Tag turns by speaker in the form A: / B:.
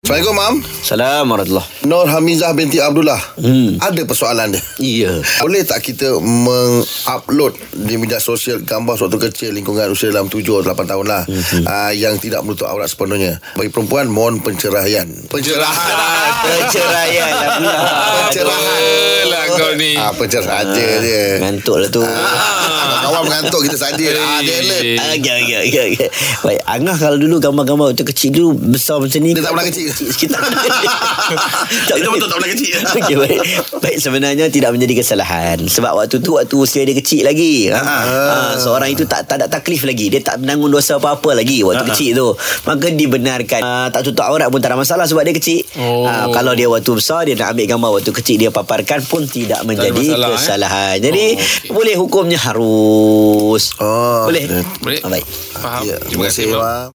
A: Assalamualaikum, Mam.
B: Salam warahmatullah.
A: Nur Hamizah binti Abdullah.
B: Hmm.
A: Ada persoalan dia.
B: Ya.
A: Boleh tak kita mengupload di media sosial gambar suatu kecil lingkungan usia dalam 7 8 tahun lah mm-hmm. uh, yang tidak menutup aurat sepenuhnya. Bagi perempuan mohon pencerahan. Pencerahan.
B: Perceraian dah pula.
A: pencerahan.
C: Alah kau ni.
A: Ah, pencerahan je dia.
B: Aduh, Ngantuk lah tu.
A: Eh. Ah, Kawan mengantuk kita saja. Ah, dia alert.
C: Eh,
B: Okey, okey, okey, okey. Baik, Angah kalau dulu gambar-gambar waktu kecil dulu besar macam ni.
A: Dia tak pernah kecil.
B: Kita tak
A: Itu betul tak pernah kecil.
B: Okey, baik. Baik, sebenarnya tidak menjadi kesalahan. Sebab waktu tu waktu usia dia kecil lagi. Ha.
A: Ah.
B: ha seorang itu tak tak ada taklif lagi. Dia tak menanggung dosa apa-apa lagi
C: Ah.
B: waktu kecil tu. Maka dibenarkan ha, tak tutup aurat pun tak ada masalah sebab dia kecil.
C: Oh.
B: Ha, kalau dia waktu besar dia nak ambil gambar waktu kecil dia paparkan pun tidak menjadi
C: masalah, eh?
B: kesalahan. Jadi
C: Oh, okey.
B: boleh hukumnya harus.
A: Oh,
B: boleh.
A: dia-
C: Boleh?
B: Ah, Baik.
C: Faham.
A: Ya, terima kasih, Mam.